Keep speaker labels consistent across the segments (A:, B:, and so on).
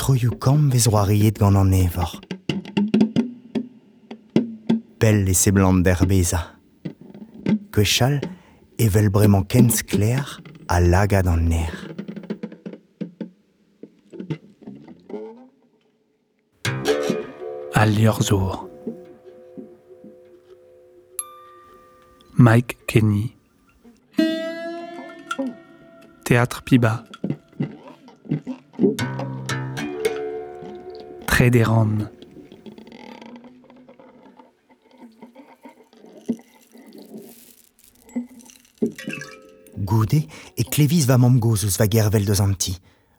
A: Troioù kamm vez roariet gant an evor. Pell e se blant d'herbeza. Kwechal evel e bremañ kenz kler a lagad an er. ner.
B: al lior zour. Mike Kenny. Théâtre Piba. Trédéran.
A: Goude e kleviz va mamm goz eus va gervel deus an ti.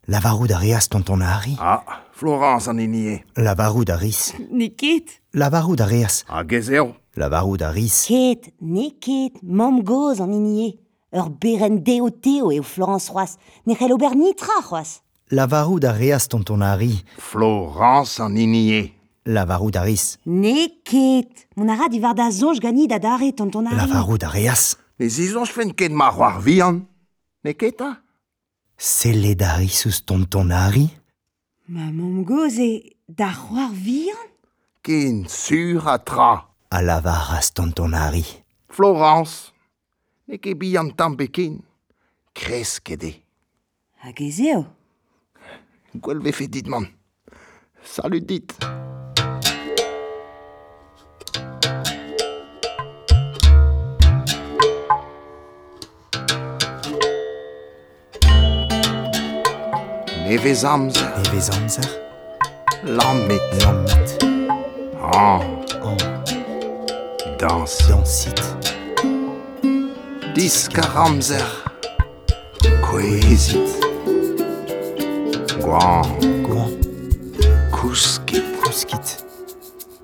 A: Lavarout a reas tonton a Harry.
C: Ah, Florence an enie.
A: Lavarout a ris.
D: Ne ket
A: Lavarout a reas.
C: Ha gezer.
A: Lavarout a ris.
E: Ket, ne ket, mam goz an inie. Ur beren deo teo eo Florence Roas, ne c'hell ober nitra Roas.
A: Lavarout a reas tonton a Harry.
C: Florence an enie.
A: Lavarout a ris.
E: Ne ket, mon ara di var da zonj gani da dare tonton Harry.
A: Lavarout a reas.
C: Ne zizon sfen ket ma c'hoar vihan. Ne keta?
A: Seled a ris eus tonton a Harry.
D: Ma mom goz e da c'hoar vihan
C: Ken sur a tra.
A: A lavaras tonton a Harry.
C: Florence. Ne ket bihan tampe ken. Kres kede.
D: Hag ez eo
C: Gwell vefe dit man. Salut dit. Nevez amzer,
A: Nevez amzer.
C: lammet,
A: Lammet.
C: an,
A: An.
C: dans,
A: Dansit.
C: diskar amzer, kouezit, gwan,
A: Gouan.
C: kouskit,
A: Kouskit.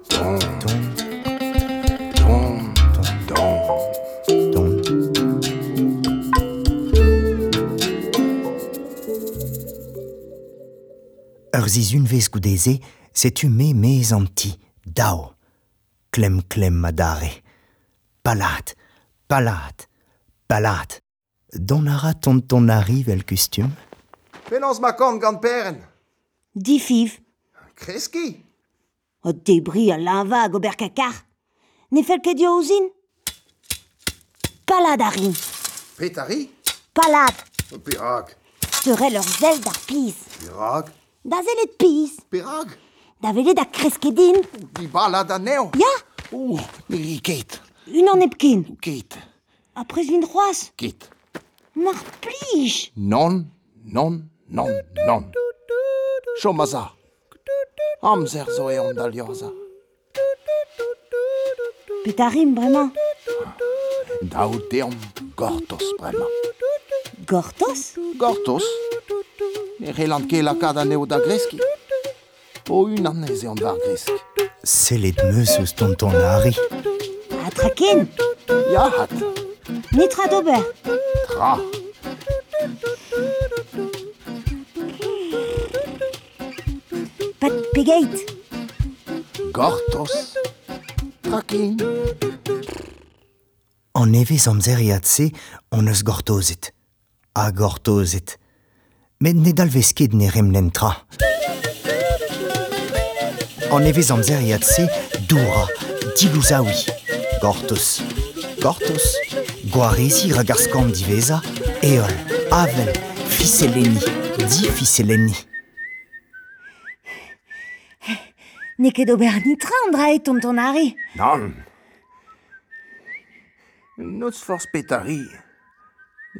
C: don,
A: Don.
C: don, don.
A: Don. Ur zizun vez goudeze, setu me mez an ti, dao. Klem klem a dare. Palat, palat, palat. Don ara ton ton ari vel kustum.
C: Penans ma kant gant peren.
E: Di fiv,
C: Kreski
E: o debri a lava hag ober kakar. Ne fel ket eo ouzin Palad a rin,
C: Petari
E: palad,
C: Perak.
E: teurel ur zel d'ar piz.
C: Perak.
E: Da zelet piz,
C: Perak.
E: da velet da kreskedin,
C: Di balad a neo.
E: ya,
C: Ouh, miri ket.
E: unan epken.
C: Ket.
E: Après je vin c'hoaz,
C: Ket.
E: mar plij.
C: Non, non, non, non. Chomaza. Amzer zo e an dalioza.
E: Pet a rim bremañ.
C: Daout e an gortos bremañ.
E: Gortos
C: Gortos Ne relant ket lakad a neo da greski. O unan ez e an var greski.
A: Selet meus eus ton ton ari.
E: A traken
C: Ya hat.
E: Netra d'ober
C: Tra.
E: Pat pegeit
C: Gortos. Trakin.
A: An evez amzer eatse, on eus gortozet. A gortozet. Met ne dalvez ket ne remnen tra. An evez amzer eatse, doura, dilouzaoui. Gortoz. Gortoz. Gwarezi ragarskan diveza, eol, avel, fiseleni, di fiseleni.
E: Ne ket ober nitra an drae tonton ari
C: Non. Noz forz petari.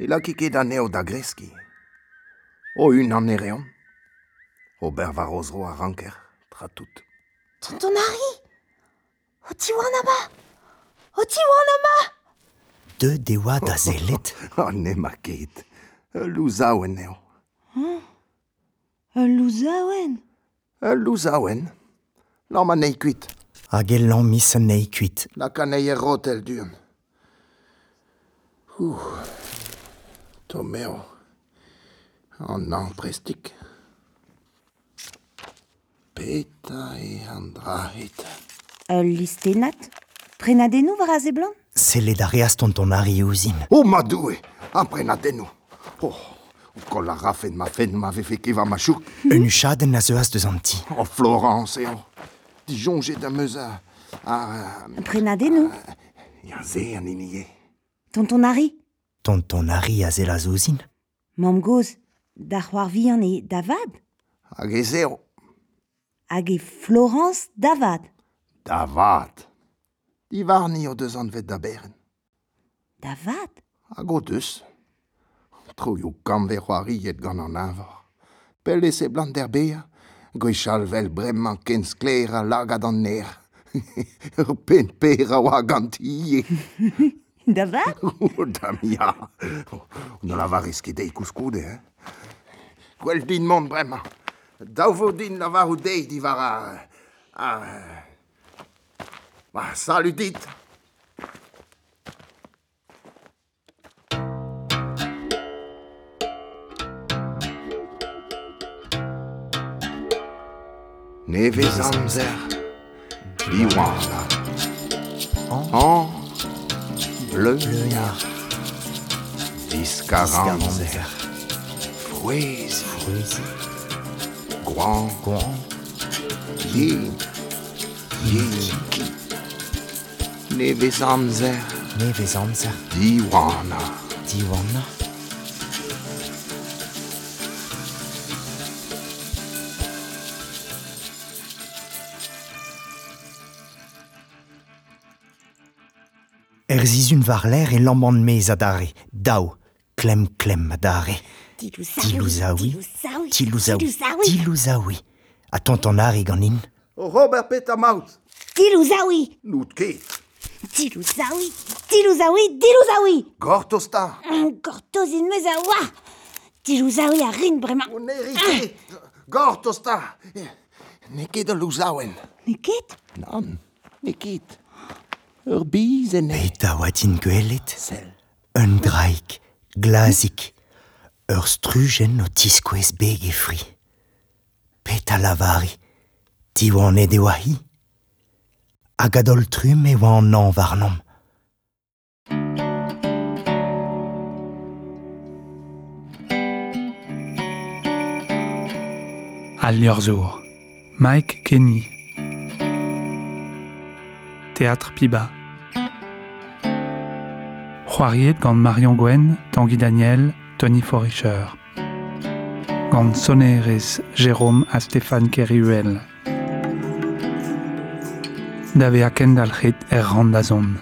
C: Ela kike da neo da greski. O un an ereon. Ober va rozro a ranker, tra tout.
E: Tonton ari O ti oan ama O ti oan ama
A: De dewa da zelet,
C: Ha ne ma ket. Louzaouen neo.
D: Ul louza oen
C: Louzaouen. Lama nei kuit.
A: hag el lan mis an ei kuit.
C: La kanei er rotel duen. Ouh. Tomeo. An an prestik. Peta e an drahet.
E: Ul listenat Prenadenou var a ze blan
A: Selet a reas tonton ari ouzin.
C: O ma doue, an prenadennou. Oh, Kol a rafen ma fen ma vefe keva ma chouk.
A: Un uchadenn a zeuas deus an ti.
C: O Florence eo. Dijon jet da meuz a... a...
E: Prenadennoù,
C: Ya se an iniye.
E: tonton Harry.
A: Tonton Harry a zela zo zin.
E: Mamm goz, da c'hoarvi an e davad
C: Hag ez eo.
E: hag e Florence davad.
C: Da vat. Di varni o deus an vet da beren.
E: Davad
C: Hag o deus. Tro yo kamve c'hoari yet gant an avar. Pelle se blant der bea. Gwechal vel bremañ kenz kler a lagad an ner. Ur pen per a oa gant iye.
E: Davad
C: O, Damia. On a var eske dei kouskoude, hein? Gwell din mont bremañ. Daou vo din la var ou dei di var a... a... Ba, salut dit. Nevez amzer, diwan An, bleu, Discaranzer, Frouezi, Gouan, Yin, Yinki. Nevez amzer,
A: Nevez amzer,
C: diwana.
A: diwanna. Er zizun var l'air e lamban mez a dare. Dao, klem klem a dare.
E: Tilou
A: Tilouzaoui,
E: Tilouzaoui
A: tilouzaoui, tilouzaoui. A tonton Harry gant in.
C: O Robert pet a maout.
E: Tilouzaoui
C: Nout ket,
E: Tilouzaoui Tilouzaoui Tilouzaoui
C: gort o sta.
E: Encore toz in meuz a oa Tilouzaoui a rin bremañ
C: O neri ket, gort o sta. Ne ket o louzaouen.
E: Ne ket
C: Nan, ne ket. Ur biz en e.
A: Eta oa din gwelet.
C: Sel.
A: Un draik, glazik, ur strugen o tiskwez beg e fri. Peta lavari, ti oa an ede oa hi. Hag adol trum e oa an an varnom.
B: Al Liorzur, Mike Kenny, Théâtre Piba, Juariet gant Marion Gwen, Tanguy Daniel, Tony Forischer, gant Sonerez, Jérôme à Stéphane Kerruel, Dave Kendalrit er Randazon.